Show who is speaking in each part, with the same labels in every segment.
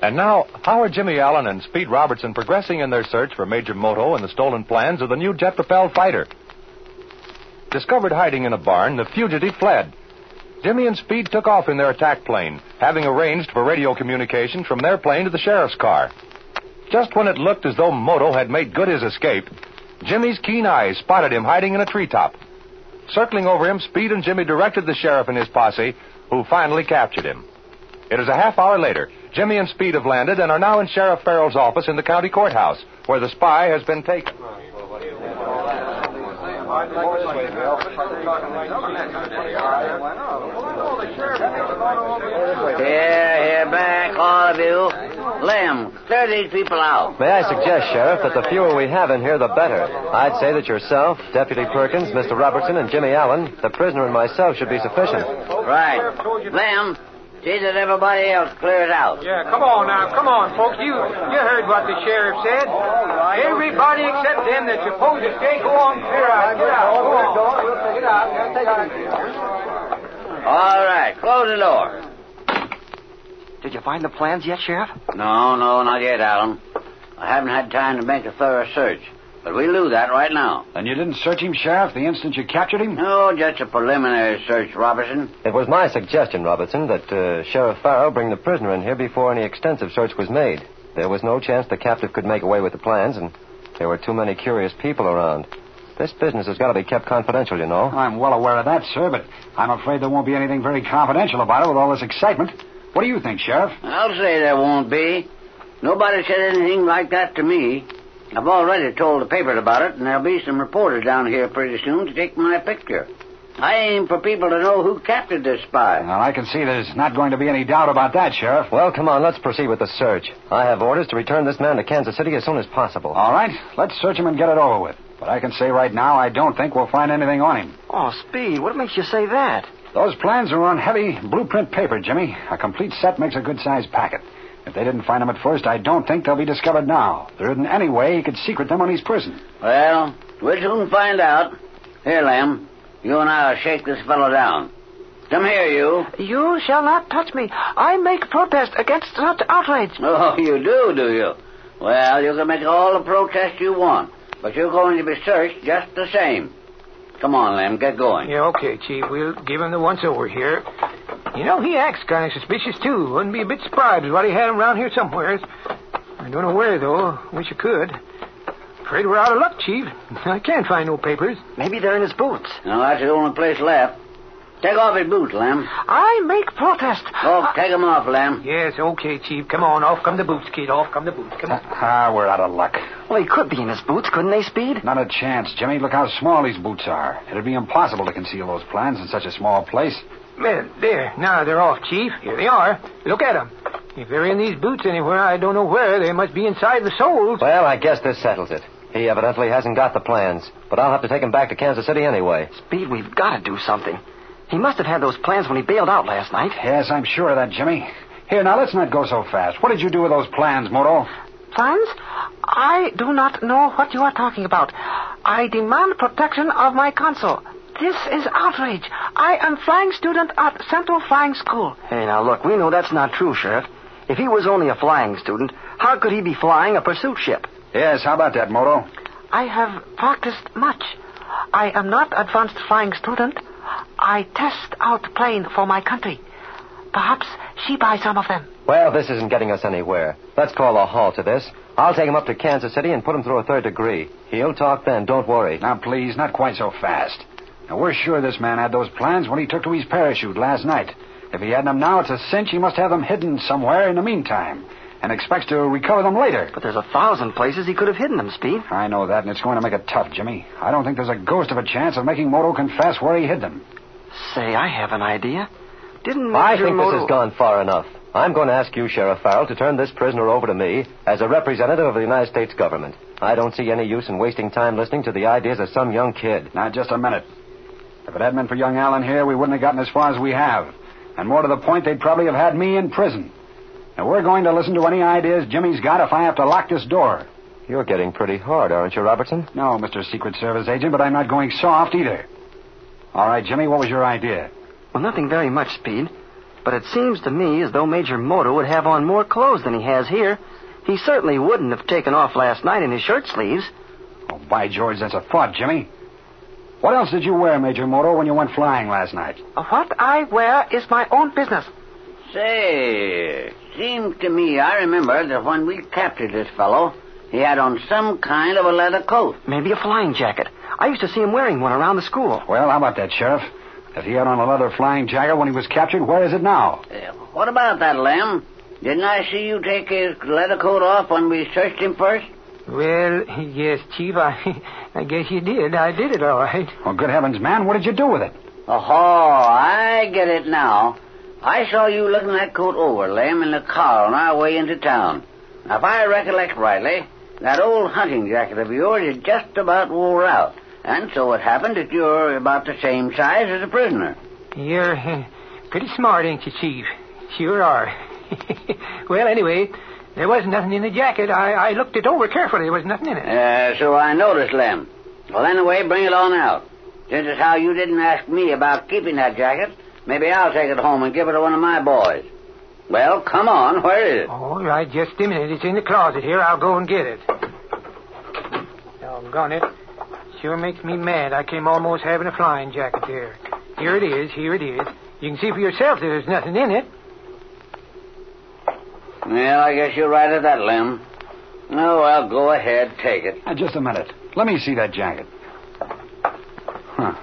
Speaker 1: And now, how are Jimmy Allen and Speed Robertson progressing in their search for Major Moto and the stolen plans of the new jet propelled fighter? Discovered hiding in a barn, the fugitive fled. Jimmy and Speed took off in their attack plane, having arranged for radio communication from their plane to the sheriff's car. Just when it looked as though Moto had made good his escape, Jimmy's keen eyes spotted him hiding in a treetop. Circling over him, Speed and Jimmy directed the sheriff and his posse, who finally captured him. It is a half hour later. Jimmy and Speed have landed and are now in Sheriff Farrell's office in the county courthouse, where the spy has been taken.
Speaker 2: Here, here, back, all of you. Lem, clear these people out.
Speaker 3: May I suggest, Sheriff, that the fewer we have in here, the better. I'd say that yourself, Deputy Perkins, Mr. Robertson, and Jimmy Allen, the prisoner and myself should be sufficient.
Speaker 2: Right. Lem, see that everybody else clears out.
Speaker 4: Yeah, come on now, come on, folks. You you heard what the sheriff said. Everybody except them that's opposed to stay, go on, clear out, clear out, go on.
Speaker 2: All right, close the door.
Speaker 5: Did you find the plans yet, Sheriff?
Speaker 2: No, no, not yet, Allen. I haven't had time to make a thorough search, but we'll do that right now.
Speaker 6: And you didn't search him, Sheriff, the instant you captured him?
Speaker 2: No, just a preliminary search, Robertson.
Speaker 3: It was my suggestion, Robertson, that uh, Sheriff Farrell bring the prisoner in here before any extensive search was made. There was no chance the captive could make away with the plans, and there were too many curious people around. This business has got to be kept confidential, you know.
Speaker 6: I'm well aware of that, sir, but I'm afraid there won't be anything very confidential about it with all this excitement. What do you think, Sheriff?
Speaker 2: I'll say there won't be. Nobody said anything like that to me. I've already told the papers about it, and there'll be some reporters down here pretty soon to take my picture. I aim for people to know who captured this spy.
Speaker 6: Well, I can see there's not going to be any doubt about that, Sheriff.
Speaker 3: Well, come on, let's proceed with the search. I have orders to return this man to Kansas City as soon as possible.
Speaker 6: All right, let's search him and get it over with. But I can say right now, I don't think we'll find anything on him.
Speaker 5: Oh, Speed, what makes you say that?
Speaker 6: Those plans are on heavy blueprint paper, Jimmy. A complete set makes a good sized packet. If they didn't find him at first, I don't think they'll be discovered now. There isn't any way he could secret them on his person.
Speaker 2: Well, we'll soon find out. Here, Lamb, you and I'll shake this fellow down. Come here, you.
Speaker 5: You shall not touch me. I make protest against such outrage.
Speaker 2: Oh, you do, do you? Well, you can make all the protest you want, but you're going to be searched just the same. Come on, Lamb, get going.
Speaker 4: Yeah, okay, Chief. We'll give him the once over here. You know, he acts kind of suspicious, too. Wouldn't be a bit surprised if he had him around here somewheres. I don't know where, though. Wish I could. Afraid we're out of luck, Chief. I can't find no papers.
Speaker 5: Maybe they're in his boots.
Speaker 2: Now, that's the only place left. Take off his boots, Lamb.
Speaker 5: I make protest.
Speaker 2: Oh, take 'em off, Lamb.
Speaker 4: Yes, okay, Chief. Come on, off come the boots, kid. Off come the boots. Come on.
Speaker 6: Ah, we're out of luck.
Speaker 5: Well, he could be in his boots, couldn't they, Speed?
Speaker 6: Not a chance, Jimmy. Look how small these boots are. It'd be impossible to conceal those plans in such a small place.
Speaker 4: There, there. Now they're off, Chief. Here they are. Look at 'em. If they're in these boots anywhere, I don't know where. They must be inside the soles.
Speaker 3: Well, I guess this settles it. He evidently hasn't got the plans, but I'll have to take him back to Kansas City anyway.
Speaker 5: Speed, we've got to do something. He must have had those plans when he bailed out last night.
Speaker 6: Yes, I'm sure of that, Jimmy. Here, now, let's not go so fast. What did you do with those plans, Moto?
Speaker 5: Plans? I do not know what you are talking about. I demand protection of my consul. This is outrage. I am flying student at Central Flying School. Hey, now look, we know that's not true, Sheriff. If he was only a flying student, how could he be flying a pursuit ship?
Speaker 6: Yes, how about that, Moto?
Speaker 5: I have practiced much. I am not advanced flying student. I test out plane for my country. Perhaps she buys some of them.
Speaker 3: Well, this isn't getting us anywhere. Let's call a halt to this. I'll take him up to Kansas City and put him through a third degree. He'll talk then, don't worry.
Speaker 6: Now, please, not quite so fast. Now, we're sure this man had those plans when he took to his parachute last night. If he hadn't them now, it's a cinch he must have them hidden somewhere in the meantime and expects to recover them later.
Speaker 5: But there's a thousand places he could have hidden them, Speed.
Speaker 6: I know that, and it's going to make it tough, Jimmy. I don't think there's a ghost of a chance of making Moto confess where he hid them.
Speaker 5: Say, I have an idea. Didn't
Speaker 3: I
Speaker 5: Major
Speaker 3: think
Speaker 5: Moto...
Speaker 3: this has gone far enough. I'm going to ask you, Sheriff Farrell, to turn this prisoner over to me as a representative of the United States government. I don't see any use in wasting time listening to the ideas of some young kid.
Speaker 6: Now, just a minute. If it hadn't been for young Allen here, we wouldn't have gotten as far as we have. And more to the point, they'd probably have had me in prison. Now, we're going to listen to any ideas Jimmy's got if I have to lock this door.
Speaker 3: You're getting pretty hard, aren't you, Robertson?
Speaker 6: No, Mr. Secret Service agent, but I'm not going soft either. All right, Jimmy, what was your idea?
Speaker 5: Well, nothing very much, Speed.
Speaker 7: But it seems to me as though Major Moto would have on more clothes than he has here. He certainly wouldn't have taken off last night in his shirt sleeves.
Speaker 6: Oh, by George, that's a thought, Jimmy. What else did you wear, Major Moto, when you went flying last night?
Speaker 5: What I wear is my own business.
Speaker 2: Say, seems to me I remember that when we captured this fellow, he had on some kind of a leather coat.
Speaker 7: Maybe a flying jacket. I used to see him wearing one around the school.
Speaker 6: Well, how about that, Sheriff? If he had on a leather flying jacket when he was captured, where is it now?
Speaker 2: Uh, What about that, Lem? Didn't I see you take his leather coat off when we searched him first?
Speaker 4: Well, yes, Chief, I, I guess you did. I did it all right.
Speaker 6: Well, good heavens, man, what did you do with it?
Speaker 2: Oh, I get it now. I saw you looking that coat over, Lem, in the car on our way into town. Now, if I recollect rightly, that old hunting jacket of yours is just about wore out. And so it happened that you're about the same size as a prisoner.
Speaker 4: You're uh, pretty smart, ain't you, Chief? Sure are. well, anyway, there was nothing in the jacket. I, I looked it over carefully. There was nothing in it.
Speaker 2: Uh, so I noticed, Lem. Well, anyway, bring it on out. Since it's how you didn't ask me about keeping that jacket, maybe I'll take it home and give it to one of my boys. Well, come on, where is it?
Speaker 4: All right, just a minute. It's in the closet here. I'll go and get it. Doggone it. Sure makes me mad. I came almost having a flying jacket there. Here it is. Here it is. You can see for yourself that there's nothing in it.
Speaker 2: Well, I guess you're right at that, Lem. Oh, well, go ahead, take it.
Speaker 6: Now, Ah, just a minute. Let me see that jacket. Huh.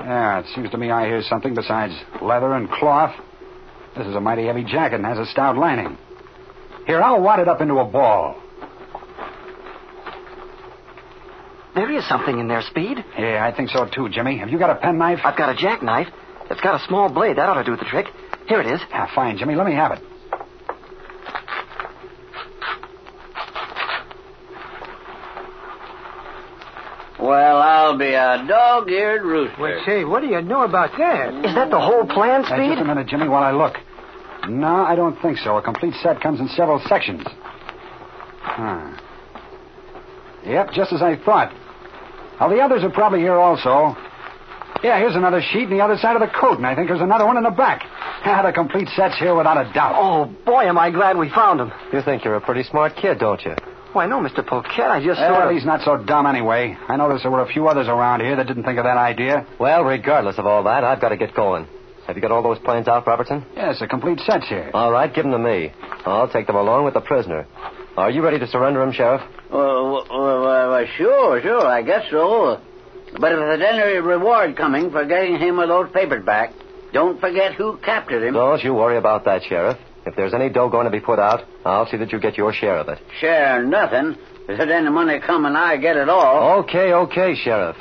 Speaker 6: Yeah, it seems to me I hear something besides leather and cloth. This is a mighty heavy jacket and has a stout lining. Here, I'll wad it up into a ball.
Speaker 7: There is something in there, Speed.
Speaker 6: Yeah, I think so too, Jimmy. Have you got a penknife?
Speaker 7: I've got a jackknife. It's got a small blade. That ought to do the trick. Here it is.
Speaker 6: Ah, fine, Jimmy. Let me have it.
Speaker 2: Well, I'll be a dog-eared rooster.
Speaker 4: Well, say, what do you know about that?
Speaker 7: Is that the whole plan,
Speaker 6: Uh, just a
Speaker 7: Speed?
Speaker 6: minute, Jimmy, while I look. No, I don't think so. A complete set comes in several sections. Huh. Yep, just as I thought. Now, the others are probably here also. Yeah, here's another sheet on the other side of the coat, and I think there's another one in the back. Ah, the complete set's here without a doubt.
Speaker 7: Oh, boy, am I glad we found him.
Speaker 3: You think you're a pretty smart kid, don't you?
Speaker 7: Why, no, Mr. Polkett. I just
Speaker 6: Eh,
Speaker 7: sort of...
Speaker 6: he's not so dumb anyway. I noticed there were a few others around here that didn't think of that idea.
Speaker 3: Well, regardless of all that, I've got to get going. Have you got all those plans out, Robertson?
Speaker 6: Yes, a complete set's here.
Speaker 3: All right, give them to me. I'll take them along with the prisoner. Are you ready to surrender him, Sheriff?
Speaker 2: Well, well, well, well, sure, sure, I guess so. But if there's any reward coming for getting him with those papers back, don't forget who captured him.
Speaker 3: Don't you worry about that, Sheriff. If there's any dough going to be put out, I'll see that you get your share of it.
Speaker 2: Share nothing. If there's any money coming, I get it all.
Speaker 3: Okay,
Speaker 7: oh,
Speaker 3: okay, Sheriff.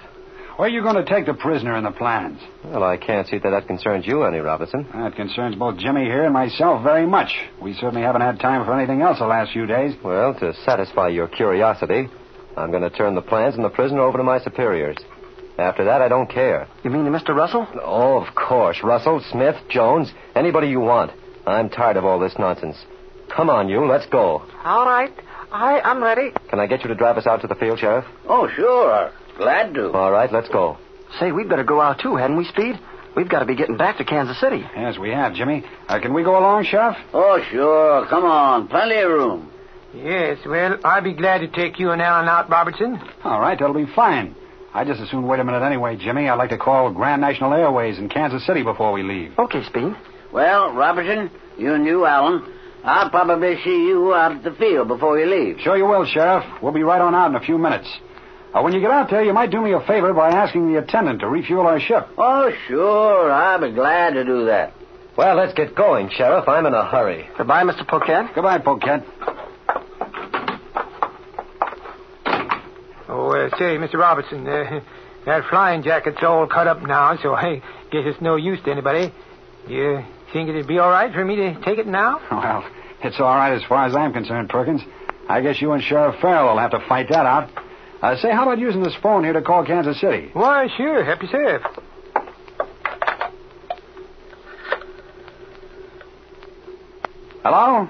Speaker 6: Where are you going to take the prisoner and the plans?
Speaker 3: Well, I can't see that that concerns you any, Robertson.
Speaker 6: That concerns both Jimmy here and myself very much. We certainly haven't had time for anything else the last few days.
Speaker 3: Well, to satisfy your curiosity, I'm going to turn the plans and the prisoner over to my superiors. After that, I don't care.
Speaker 7: You mean to Mr. Russell?
Speaker 3: Oh, of course. Russell, Smith, Jones, anybody you want. I'm tired of all this nonsense. Come on, you. Let's go.
Speaker 5: All right. I am ready.
Speaker 3: Can I get you to drive us out to the field, Sheriff?
Speaker 2: Oh, sure. Glad to.
Speaker 3: All right, let's go.
Speaker 7: Say, we'd better go out, too, hadn't we, Speed? We've got to be getting back to Kansas City.
Speaker 6: Yes, we have, Jimmy. Uh, can we go along, Sheriff?
Speaker 2: Oh, sure. Come on. Plenty of room.
Speaker 4: Yes, well, I'd be glad to take you and Alan out, Robertson.
Speaker 6: All right, that'll be fine. I just as soon wait a minute anyway, Jimmy. I'd like to call Grand National Airways in Kansas City before we leave.
Speaker 7: Okay, Speed.
Speaker 2: Well, Robertson, you and you, Allen, I'll probably see you out at the field before you leave.
Speaker 6: Sure you will, Sheriff. We'll be right on out in a few minutes. Uh, when you get out there, you might do me a favor by asking the attendant to refuel our ship.
Speaker 2: Oh, sure. I'll be glad to do that.
Speaker 3: Well, let's get going, Sheriff. I'm in a hurry.
Speaker 7: Goodbye, Mr. Polkett.
Speaker 6: Goodbye, Poquette.
Speaker 4: Oh, uh, say, Mr. Robertson, uh, that flying jacket's all cut up now, so I guess it's no use to anybody. You think it'd be all right for me to take it now?
Speaker 6: Well, it's all right as far as I'm concerned, Perkins. I guess you and Sheriff Farrell will have to fight that out. Uh, say, how about using this phone here to call Kansas City?
Speaker 4: Why, sure. Help yourself.
Speaker 6: Hello?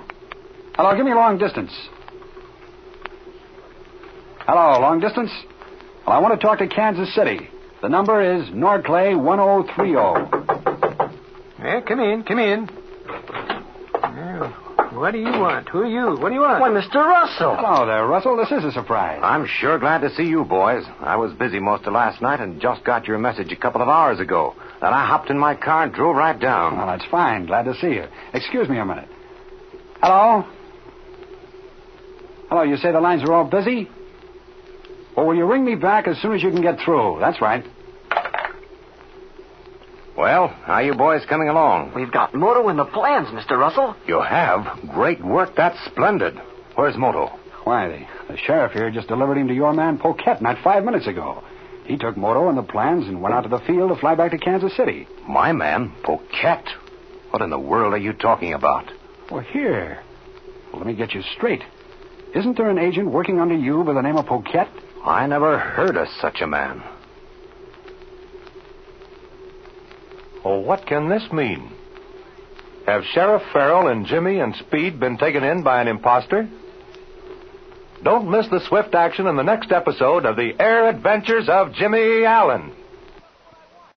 Speaker 6: Hello, give me long distance. Hello, long distance? Well, I want to talk oh to Kansas City. The number is Norclay 1030.
Speaker 4: Well, Yeah, Eh, come in, come in. Well, what do you want? Who are you? What do you want?
Speaker 7: Why, Mr. Russell.
Speaker 6: Hello there, Russell. This is a surprise.
Speaker 3: I'm sure glad to see you boys. I was busy most of last night and just got your message a couple of hours ago. Then I hopped in my car and drove right down.
Speaker 6: Well, that's fine. Glad to see you. Excuse me a minute. Hello? Hello, you say the lines are all busy? Well, will you ring me back as soon as you can get through? That's right.
Speaker 3: Well, how you boys coming along?
Speaker 7: We've got Moto in the plans, Mr. Russell.
Speaker 3: You have? Great work. That's splendid. Where's Moto?
Speaker 6: Why, the, the sheriff here just delivered him to your man Poquette not five minutes ago. He took Moto and the plans and went out to the field to fly back to Kansas City.
Speaker 3: My man, Poquette. What in the world are you talking about?
Speaker 6: Well, here. Well, let me get you straight. Isn't there an agent working under you by the name of Poquette?
Speaker 3: I never heard of such a man.
Speaker 1: Well, what can this mean? Have Sheriff Farrell and Jimmy and Speed been taken in by an imposter? Don't miss the swift action in the next episode of the Air Adventures of Jimmy Allen.